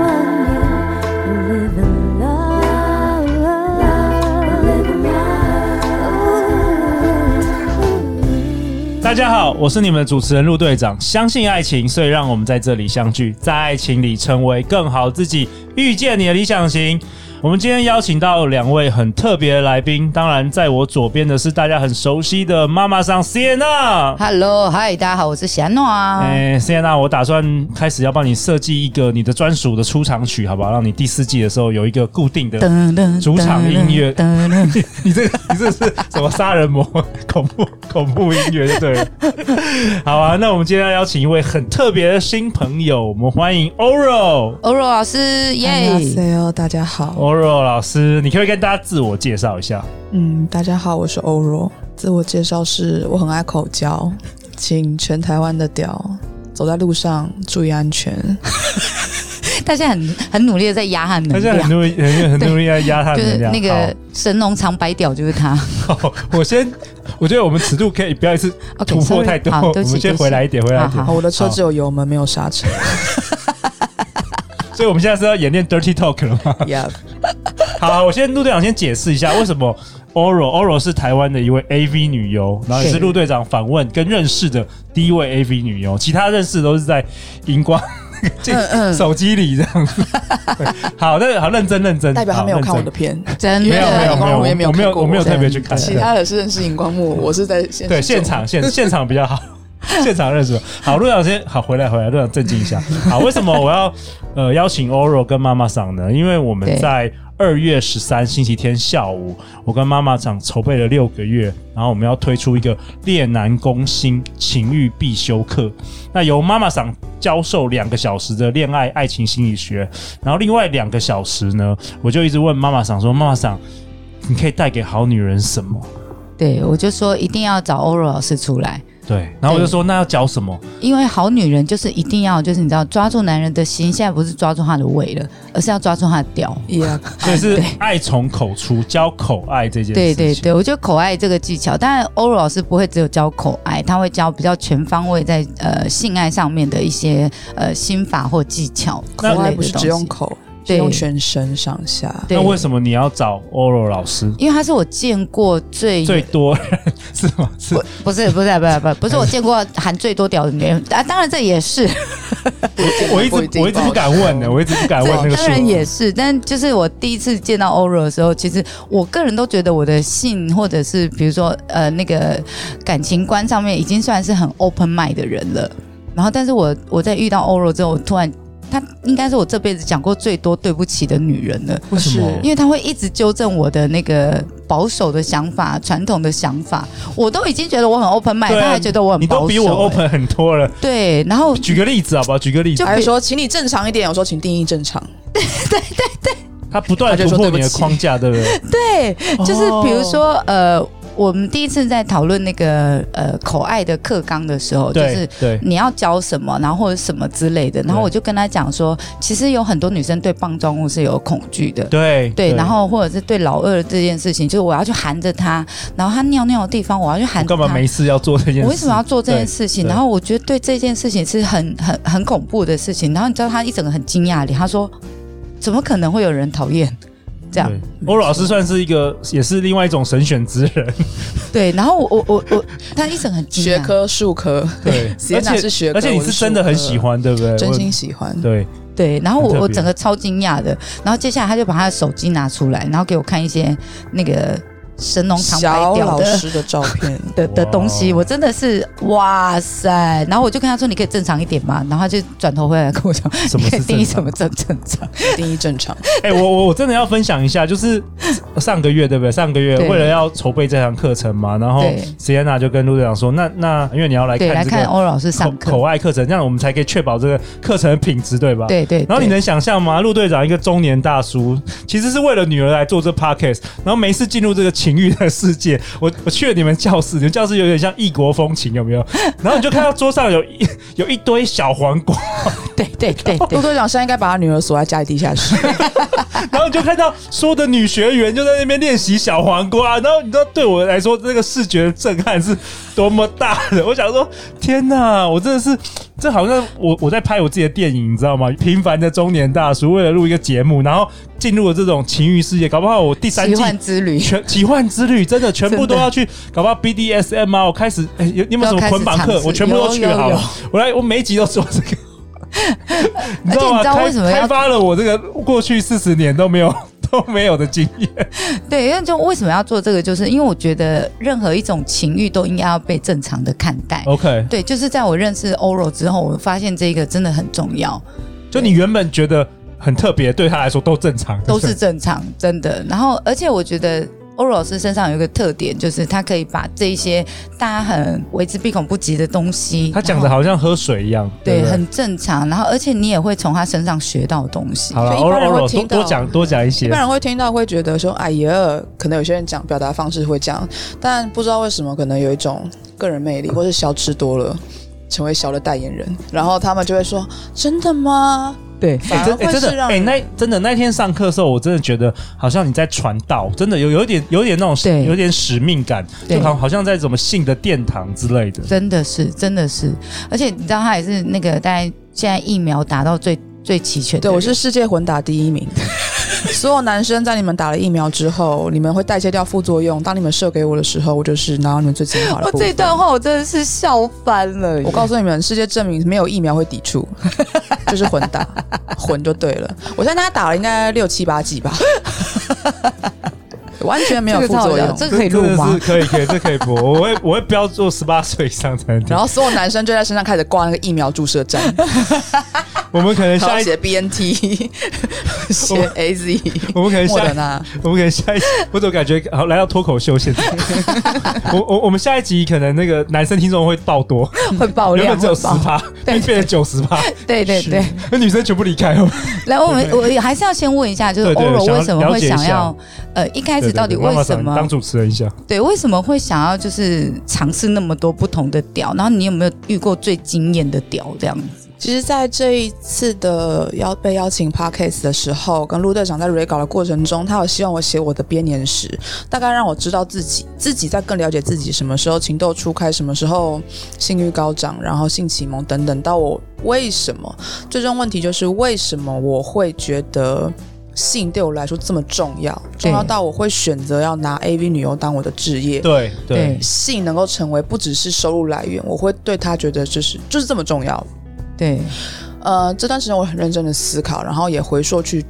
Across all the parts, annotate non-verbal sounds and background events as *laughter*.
love you, live in love, live in love. 大家好，我是你们的主持人陆队长。相信爱情，所以让我们在这里相聚，在爱情里成为更好自己，遇见你的理想型。我们今天邀请到两位很特别的来宾，当然在我左边的是大家很熟悉的妈妈桑 Sienna。 Hello，嗨，大家好，我是霞诺啊。哎、s i e n a 我打算开始要帮你设计一个你的专属的出场曲，好不好？让你第四季的时候有一个固定的噔噔主场音乐噔 *laughs* 噔你这个你这是什么杀人魔 *laughs* 恐怖恐怖音乐就对了。好啊，那我们今天要邀请一位很特别的新朋友，我们欢迎 Oro。欧若老师，哎耶、大家好，大家好。 Oro 老师，你可不可以跟大家自我介绍一下？嗯，大家好，我是欧若。自我介绍是我很爱口 *laughs* 交，请全台湾的屌走在路上注意 *laughs* 安全。大家很很努力的在压他他能现在量很，努力，很很努力在压他啊就的是能量。那个神农尝百屌就 *laughs* 是他。好，好，我先，我觉得我们尺度可以不要一次 OK，突破 sorry，太多，好我对们不起对先不起回来一点，回来一点好。好，哦我的车好只有油门没有刹车。所以我们现在是要演练 dirty talk 了吗？ *laughs* yeah，好，我先陆队长先解释一下为什么 Oro Oro 是台湾的一位 AV 女优，然后也是是陆队长访问跟认识的第一位 AV 女优，其他认识都是在荧光这嗯嗯 *laughs* 手机里这样子。好，那好认真认真，代表他没有看我好。的片，真的认真没有没有没有，我也没有我没看有过我没有我特别去看。 *laughs* 其他的是认识荧光幕，我是在现对，实中现场现现场比较好，现场认识。好，陆老师，好，回来回来，陆长镇静一下。好，为什么我要呃邀请 Oro 跟妈妈桑呢？因为我们对在二月十三星期天下午，我跟妈妈桑筹备了六个月，然后我们要推出一个猎男攻心情欲必修课。那由妈妈桑教授两个小时的恋爱爱情心理学，然后另外两个小时呢，我就一直问妈妈桑说：“妈妈桑，你可以带给好女人什么对，我就说一定要找欧若老师出来，？”对，然后我就对说：“那要教什么？”因为好女人就是一定要就是你知道抓住男人的心，现在不是抓住他的胃了，而是要抓住他的屌。 yeah，所 *laughs* 以是哎对爱从口出，教口爱这件事情。对对对，我觉得口爱这个技巧，当然欧若老师不会只有教口爱，他会教比较全方位在呃性爱上面的一些呃心法或技巧之口类爱的不是东只用西口，是对用全身上下。对那为什么你要找 Oro 老师？因为他是我见过最最多 *laughs* 是吗？是不是不是不是不是不是我见过含最多屌的女人啊，当然这也是，我一直不一定我一直不敢问的，我一直不敢问那嗯这个当数然目。也是，但就是我第一次见到欧若的时候，其实我个人都觉得我的性或者是比如说呃那个感情观上面已经算是很 open mind 的人了，然后但是我我在遇到欧若之后，我突然。她应该是我这辈子讲过最多对不起的女人了，为什么？因为他会一直纠正我的那个保守的想法、传统的想法，我都已经觉得我很 open mind，对啊他还觉得我很你保守、都比我欸 open 很多了。对，然后举个例子好不好？举个例子就，还是说，请你正常一点。我说，请定义正常。嗯他不断他地就突说破对不你的起框架，对不 *laughs* 对？对，就是哦比如说、呃，我们第一次在讨论那个呃口爱的课纲的时候，就对是。对你要教什么，然后或者什么之类的，然后对我就跟他讲说，其实有很多女生对棒状物是有恐惧的，对对，然后或者是对老二这件事情，就是我要去含着他，然后他尿尿的地方我要去我含着干嘛他，没事要做这件事？我为什么要做这件事情？对对然后我觉得对这件事情是很很很恐怖的事情。然后你知道他一整个很惊讶的脸，他说：“怎么可能会有人讨厌？”这样对？Oro 老师算是一个，也是另外一种神选之人。对。然后我我我我，他一整个很惊学讶。科、术科，对， *laughs* 而 Sienna 是且学而且科你我是是真的数很科喜欢，对不对？真我心喜欢。对，对，然后很特我别我整个超惊讶的。然后接下来他就把他的手机拿出来，然后给我看一些那个神农尝小百屌老的。师的照片，的的哇东西，我真的是哇塞！然后我就跟他说：“你可以正常一点嘛。”然后他就转头回来跟我讲：“什么 *laughs* 你可以是定义正什常么？正正常？”定义正常。 *laughs* 哎、我我我真的要分享一下，就是 *laughs* 上个月对不对？上个月对为了要筹备这堂课程嘛，然后对 Sienna 就跟陆队长说，那那因为你要来对，来看这看个欧老师口上课。口爱课程，这样我们才可以确保这个课程的品质，对吧？。对对，然后你对能想象吗？陆队长一个中年大叔，其实是为了女儿来做这 podcast，然后没事进入这个情欲的世界。 *laughs* 我我去了你们教室，你们教室有点像异国风情，有没有？然后你就看到桌上有一 *laughs* 有一堆小黄瓜，对对对 *laughs* 陆对， *laughs* 队长现在应该把他女儿锁在家里地下室，然后你就看到所有的女学员就在那边练习小黄瓜，然后你知道对我来说这个视觉震撼是多么大的。我想说，天哪，我真的是，这好像我我在拍我自己的电影，你知道吗？平凡的中年大叔为了录一个节目，然后进入了这种情欲世界，搞不好我第三奇季幻之旅。全奇幻之旅 *laughs* 真的全部都要去，搞不好 BDSM 啊，我开始哎、有你有没有什么捆绑都要开课始尝？试我全部都去有有好有了， *laughs* 我来我每一集都做这 *laughs* 个。你知道吗？而且你知道为什么开要开发了我这个过去四十年都没有都没有的经验？对，因为就为什么要做这个，就是因为我觉得任何一种情欲都应该要被正常的看待。 OK，对，就是在我认识欧柔之后，我发现这个真的很重要，就你原本觉得很特别，对他来说都正常，都是正常，真的。然后，而且我觉得欧柔老师身上有一个特点，就是他可以把这一些大家很为之避恐不及的东西，他讲然的后好像喝水一样，对对，不对，很正常。然后，而且你也会从他身上学到东西。好了，所以偶一般尔人会偶尔多听到多讲多讲一些一般人会听到会觉得说，哎呀，可能有些人讲表达方式会这样，但不知道为什么，可能有一种个人魅力，或是小吃多了。成为小的代言人，然后他们就会说：“ *laughs* 真的吗？对，哎、反真而哎、会真是的让哎、人那真的那天上课的时候，我真的觉得好像你在传道，真的有有一点有一点那种对有点使命感，对就好好像在什么信的殿堂之类的。真的是，真的是。而且你知道，他也是那个大概现在疫苗打到最最齐全的对人。我是世界混打第一名。 *laughs* 所有男生在你们打了疫苗之后，你们会代谢掉副作用。当你们射给我的时候，我就是拿到你们最精华的我部哦这分。段话我真的是笑翻了。 *laughs* 我告诉你们，世界证明没有疫苗会抵触， *laughs* 就是混打， *laughs* 混就对了。我现在大概打了应该六七八剂吧， *laughs* 完全没有副作用。这个可以录吗这？这是可以，可以，这可以 *laughs* 播。我会，我会标注十八岁以上才能听然。后所有男生就在身上开始挂那个疫苗注射 *laughs* 站，我们可能然哎下后一，*laughs* 写 BNT，写 AZ，我们可能莫下德一，纳。我们可能下一，我怎么感觉好来到脱口秀现 *laughs* 在？我我我们下一集可能那个男生听众会爆多，会爆原料，本只有会十爆。趴， *laughs* 变变成九十趴，对对对，那女生全部离开哦。来，我们我还是要先问一下，就对是对 Oro 想要为什么会了解一下想要呃一开开始到底为什么当主持人一下？对为什么会想要就是尝试那么多不同的屌？然后你有没有遇过最惊艳的屌这样子？其实，在这一次的邀被邀请 podcast 的时候，跟陆队长在 re 稿的过程中，他有希望我写我的编年史，大概让我知道自己自己在更了解自己，什么时候情窦初开，什么时候性欲高涨，然后性启蒙等等，到我为什么最终问题就是为什么我会觉得。性对我来说这么重要，重要到我会选择要拿 AV 女优当我的职业。对对，性能够成为不只是收入来源，我会对他觉得就是就是这么重要。对，呃，这段时间我很认真的思考，然后也回溯去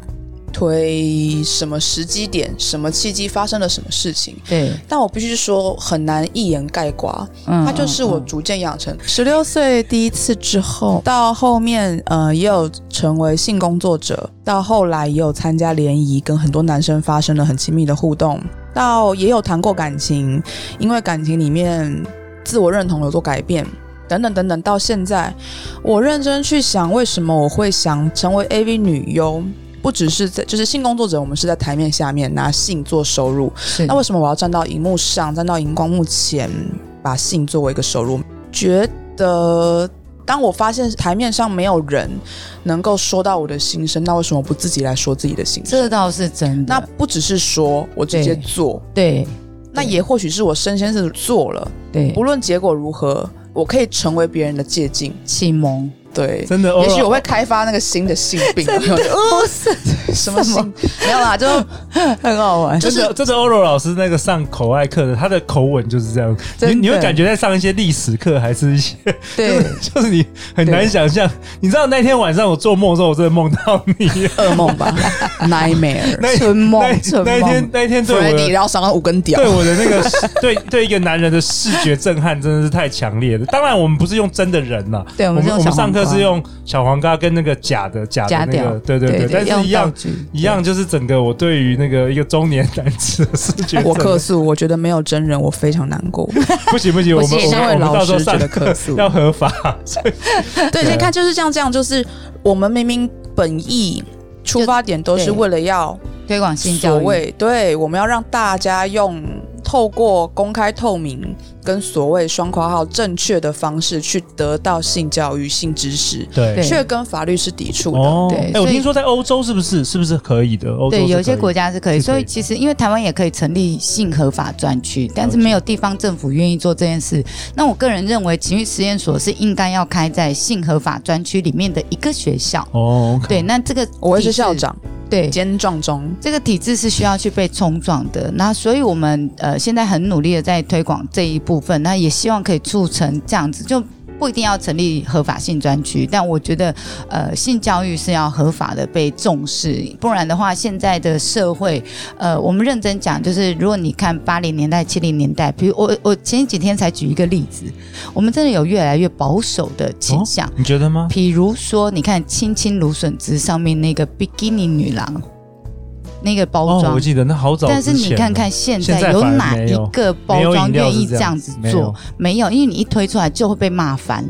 推什么时机点、什么契机发生了什么事情。对，但我必须说，很难一言概括。嗯它就是我逐渐养成十六岁第一次之后，到后面呃也有成为性工作者，到后来也有参加联谊，跟很多男生发生了很亲密的互动，到也有谈过感情，因为感情里面自我认同有做改变。等等等等，到现在，我认真去想，为什么我会想成为 AV 女优？不只是在，就是性工作者，我们是在台面下面拿性做收入，是那为什么我要站到荧幕上，站到荧光幕前，把性作为一个收入？觉得当我发现台面上没有人能够说到我的心声，那为什么不自己来说自己的心声？这倒是真的。那不只是说我直接对做，对那也或许是我身先是做了，对，不论结果如何，我可以成为别人的借鉴。启蒙对，真的，哦也许偶我尔会开发那个新的性 *laughs* 病， *laughs* 不是什么什性，没有啦，就 *laughs* 很好玩。真的真的欧罗老师那个上口爱课的，他的口吻就是这样，真你的你会感觉在上一些历史课，还是一些对， *laughs* 就是你很难想象。你知道那天晚上我做梦的时候，我真的梦到你。 *laughs* 噩梦吧 *laughs* ，nightmare。那春梦那春梦那一天那一天 *laughs* 对我 Freddy，的然后赏了五根屌对，我的那个对对一个男人的视觉震撼真的是太强烈了。当然我们不是用真的人啦，对，我我们是们用我小们上课黄瓜是用小黄瓜跟那个假的假假的那屌个，，对对对，但是一用道样具一样就是整个我对于那个一个中年男子的视 *laughs* 觉震撼， *laughs* 我客诉，我觉得没有真人，我非常难过。不行不行，我我们是我因们为我们老到时候师上觉得课客诉 *laughs* 要合法，对，你看就是这样，这样就是我们明明本意出发点都是为了要推广性所教育，谓，对，我们要让大家用透过公开透明跟所谓双括号正确的方式去得到性教育、性知识，对对却跟法律是抵触的。哦，对哎、所以我听说在欧洲是不是是不是可以的？欧洲对，是有一些可以国家是可以，是可以所以其实因为台湾也可以成立性合法专区，但是了解没有地方政府愿意做这件事。那我个人认为，情欲实验所是应该要开在性合法专区里面的一个学校。哦，OK，对，那这个我会是体制校，长，对，兼撞中。这个体制是需要去被冲撞的。那所以我们呃现在很努力的在推广这一部分，那也希望可以促成这样子就。不一定要成立合法性专区，但我觉得，呃，性教育是要合法的被重视，不然的话，现在的社会，呃，我们认真讲，就是如果你看八零年代、七零年代，比如我我前几天才举一个例子，我们真的有越来越保守的倾向，哦你觉得吗？比如说，你看《青青芦笋汁》上面那个比基尼女郎，那个包哦，装。我记得那好早之前但了，是你看看现现在有反而哪没一有个包装愿意这样子没有饮料是这样做？没有，因为你一推出来就会被骂翻。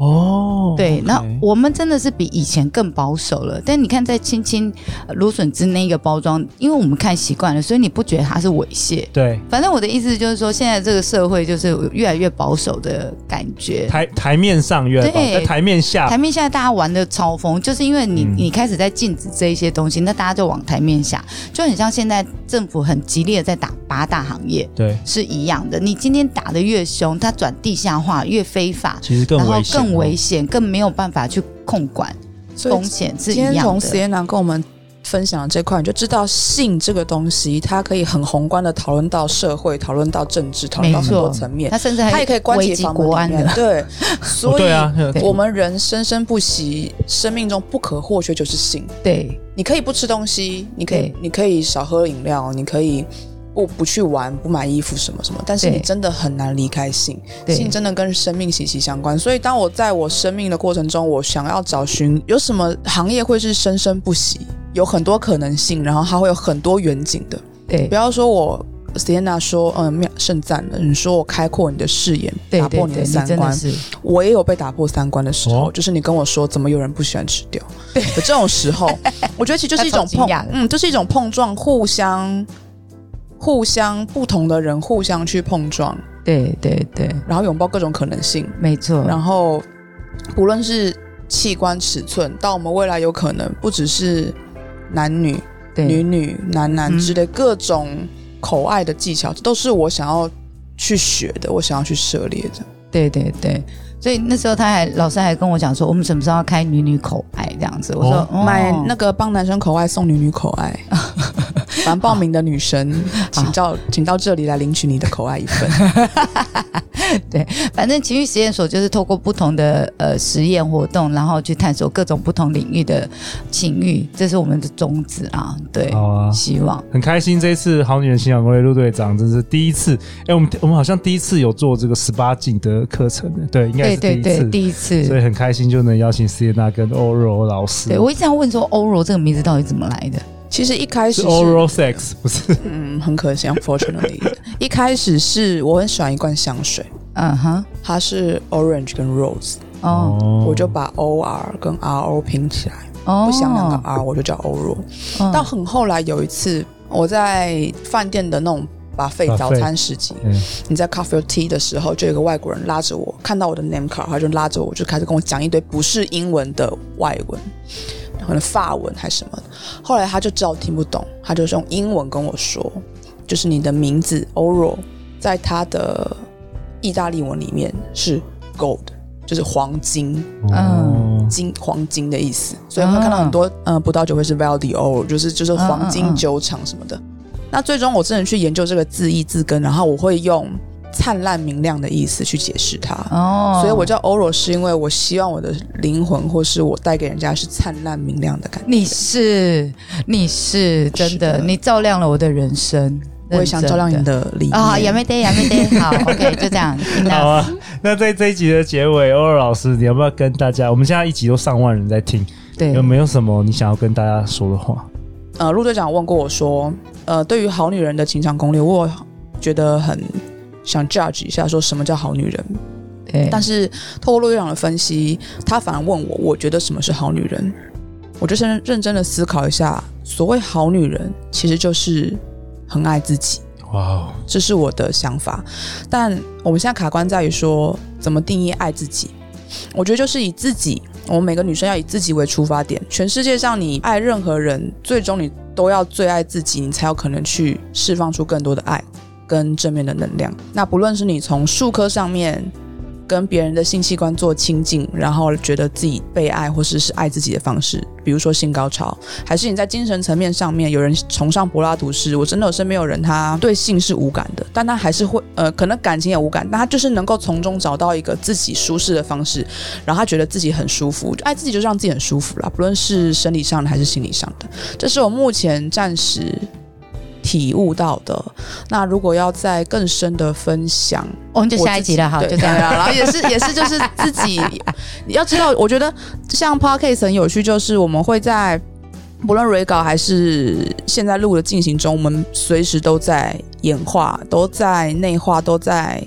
哦，对， OK 那我们真的是比以前更保守了。但你看在青青呃芦笋汁那个包装，因为我们看习惯了，所以你不觉得它是猥亵？对反正我的意思就是说，现在这个社会就是越来越保守的感觉。台台面上越来越对在台面下台面下大家玩的超疯，就是因为你、啊嗯你开始在禁止这一些东西，那大家就往台面下，就很像现在政府很激烈的在打八大行业对，是一样的。你今天打的越凶，它转地下化越非法，其实更然后危险，哦更危险，更没有办法去控管所风以险是今一天样从实的。验堂跟我们分享的这块，你就知道性这个东西，它可以很宏观的讨论到社会，讨论到政治，讨没论到很错多层，面。它甚至还它也可以关危起及房门国安里面 *laughs* 的。对，哦。所以对啊，对我们人生生不息，生命中不可或缺就是性。对你可以不吃东西，你可以对你可以少喝饮料，你可以不不去玩，不买衣服什么什么，但是对你真的很难离开性，对性真的跟生命息息相关。所以，当我在我生命的过程中，我想要找寻有什么行业会是生生不息，有很多可能性，然后它会有很多远景的。对不要说我 Sienna 说，嗯，妙盛赞了，你说我开阔你的视野，对打对破你对，的你三真观的，是我也有被打破三观的时候，哦就是你跟我说怎么有人不喜欢吃掉，对，有这种 *laughs* 时候，我觉得其实就是一种他超惊碰讶的，嗯，就是一种碰撞，互相、互相不同的人互相去碰撞，对对对，然后拥抱各种可能性，没错。然后不论是器官尺寸，到我们未来有可能不只是男女、女对女、男男嗯之类各种口爱的技巧，这都是我想要去学的，我想要去涉猎的。对对对。所以那时候他还老师还跟我讲说，我们什么时候要开女女口爱这样子？我说、哦哦、买那个帮男生口爱送女女口爱， *laughs* 凡报名的 *laughs* 女生，请到请到这里来领取你的口爱一份。反正情绪实验所就是透过不同的呃实验活动，然后去探索各种不同领域的情欲，这是我们的宗旨啊。对，好啊。希望很开心，这一次《好女人情感攻略》陆队长真是第一次，哎、我们我们好像第一次有做这个十八禁的课程，对，应该对是第一对次，对，第一所次。以很开心就能邀请斯耶娜跟 Oral 老师，对我一直要问说欧柔这个名字到底怎么来的？其实一开是始是， Oral Sex 不是？嗯，很可惜，unfortunately，一开始是我很喜欢一罐香水，嗯哼，它是 orange 跟 rose，哦我就把 O R 跟 R O 拼起来，哦，不想两个 R，我就叫欧若。嗯到很后来有一次，我在饭店的那种。把费 Buffet 早餐时级，嗯你在 coffee or tea 的时候，就有一个外国人拉着我，看到我的 name card，他就拉着我，就开始跟我讲一堆不是英文的外文，然后呢法文还是什么的。后来他就知道我听不懂，他就是用英文跟我说，就是你的名字 Oro，在他的意大利文里面是 gold，就是黄金。嗯哦，金黄金的意思，所以我们看到很多、呃葡萄酒会是 Val di Oro，就是就是黄嗯嗯嗯金嗯酒厂什么的。那最终我真的去研究这个字义字根，然后我会用灿烂明亮的意思去解释它。哦，所以我叫 Oro 是因为我希望我的灵魂或是我带给人家是灿烂明亮的感觉。你是你是真是的，的你照亮了我的人生，我也想照亮你认真的理念。啊，也没得也没得， *laughs* 好，OK，就这样，好啊，那在这一集的结尾，Oral 老师，你要不要跟大家？我们现在一集都上万人在听，对有，没有什么你想要跟大家说的话？呃，陆队长问过我说，呃，对于好女人的情场攻略，我觉得很想 judge 一下，说什么叫好女人。对但是透过陆队长的分析，他反而问我，我觉得什么是好女人？我就先认真的思考一下，所谓好女人，其实就是很爱自己，哇哦，这是我的想法。但我们现在卡关在于说，怎么定义爱自己？我觉得就是以自己，我们每个女生要以自己为出发点。全世界上，你爱任何人，最终你都要最爱自己，你才有可能去释放出更多的爱跟正面的能量。那不论是你从数科上面跟别人的性器官做亲近，然后觉得自己被爱，或是是爱自己的方式，比如说性高潮，还是你在精神层面上面，有人崇尚柏拉图式，我真的有身边有人他对性是无感的，但他还是会呃，可能感情也无感，但他就是能够从中找到一个自己舒适的方式，然后他觉得自己很舒服，爱自己就是让自己很舒服啦，不论是生理上的还是心理上的，这是我目前暂时体悟到的。那如果要再更深的分享，我们就下一集了，好，对就这样对。啊然后也是也是就是自 *laughs* 己，你要知道，我觉得像 podcast 很有趣，就是我们会在不论 re 稿还是现在录的进行中，我们随时都在演化，都在内化，都在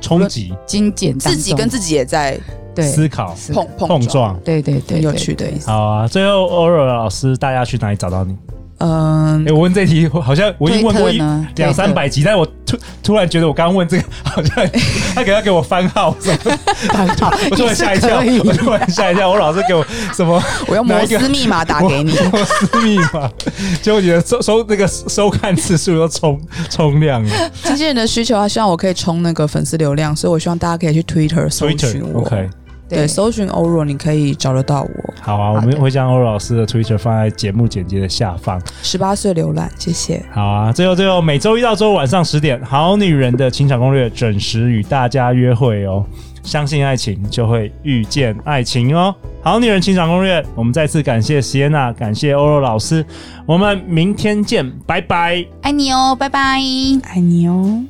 冲击、精简当中自己跟自己也在对思考、是碰碰碰撞，撞。对对对，很有对趣的意思。好啊，最后 Oro 老师，大家去哪里找到你？嗯哎、，我问这题我好像我已经问过推一特呢？两三推百集，但我突突然觉得我刚刚问这个好 *laughs* 像他给他给我番号什么， *laughs* *laughs* 我突然吓一跳， *laughs* 啊也是可以我突然吓一跳，我老师给我什么我用哪摩一个斯密码打给你。 *laughs* 我私密码，结果你的收收那个收看次数都冲冲量了。经纪人的需求，啊他希望我可以冲那个粉丝流量，所以我希望大家可以去 Twitter 搜寻 Twitter 我。 OK， *laughs* 对，搜寻欧若，你可以找得到我。好啊，我好们的会将欧老师的 Twitter 放在节目简介的下方。十八岁浏览，谢谢。好啊，最后最后每周一到周五晚上十点，《好女人的情场攻略》准时与大家约会哦。相信爱情，就会遇见爱情哦。好女人情场攻略，我们再次感谢席耶娜，感谢欧若老师，我们明天见，拜拜。爱你哦，拜拜。爱你哦。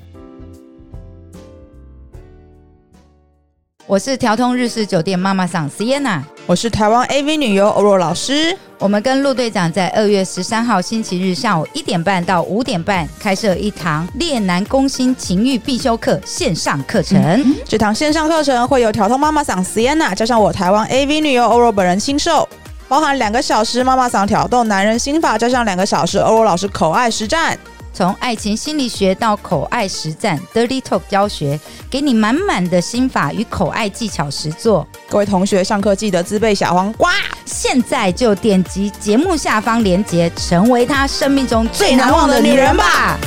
我是调通日式酒店妈妈桑 Sienna，我是台湾 AV 女优欧若老师，我们跟陆队长在二月十三号星期日下午一点半到五点半开设一堂恋男攻心情欲必修课线上课程。这堂线上课程会由调通妈妈嗓 Sienna 加上我台湾 AV 女优欧若本人亲授，包含两个小时妈妈嗓挑逗男人心法，加上两个小时欧若老师口爱实战。从爱情心理学到口爱实战 Dirty Talk 教学，给你满满的心法与口爱技巧实作。各位同学，上课记得自备小黄瓜。现在就点击节目下方链接，成为他生命中最难忘的女人吧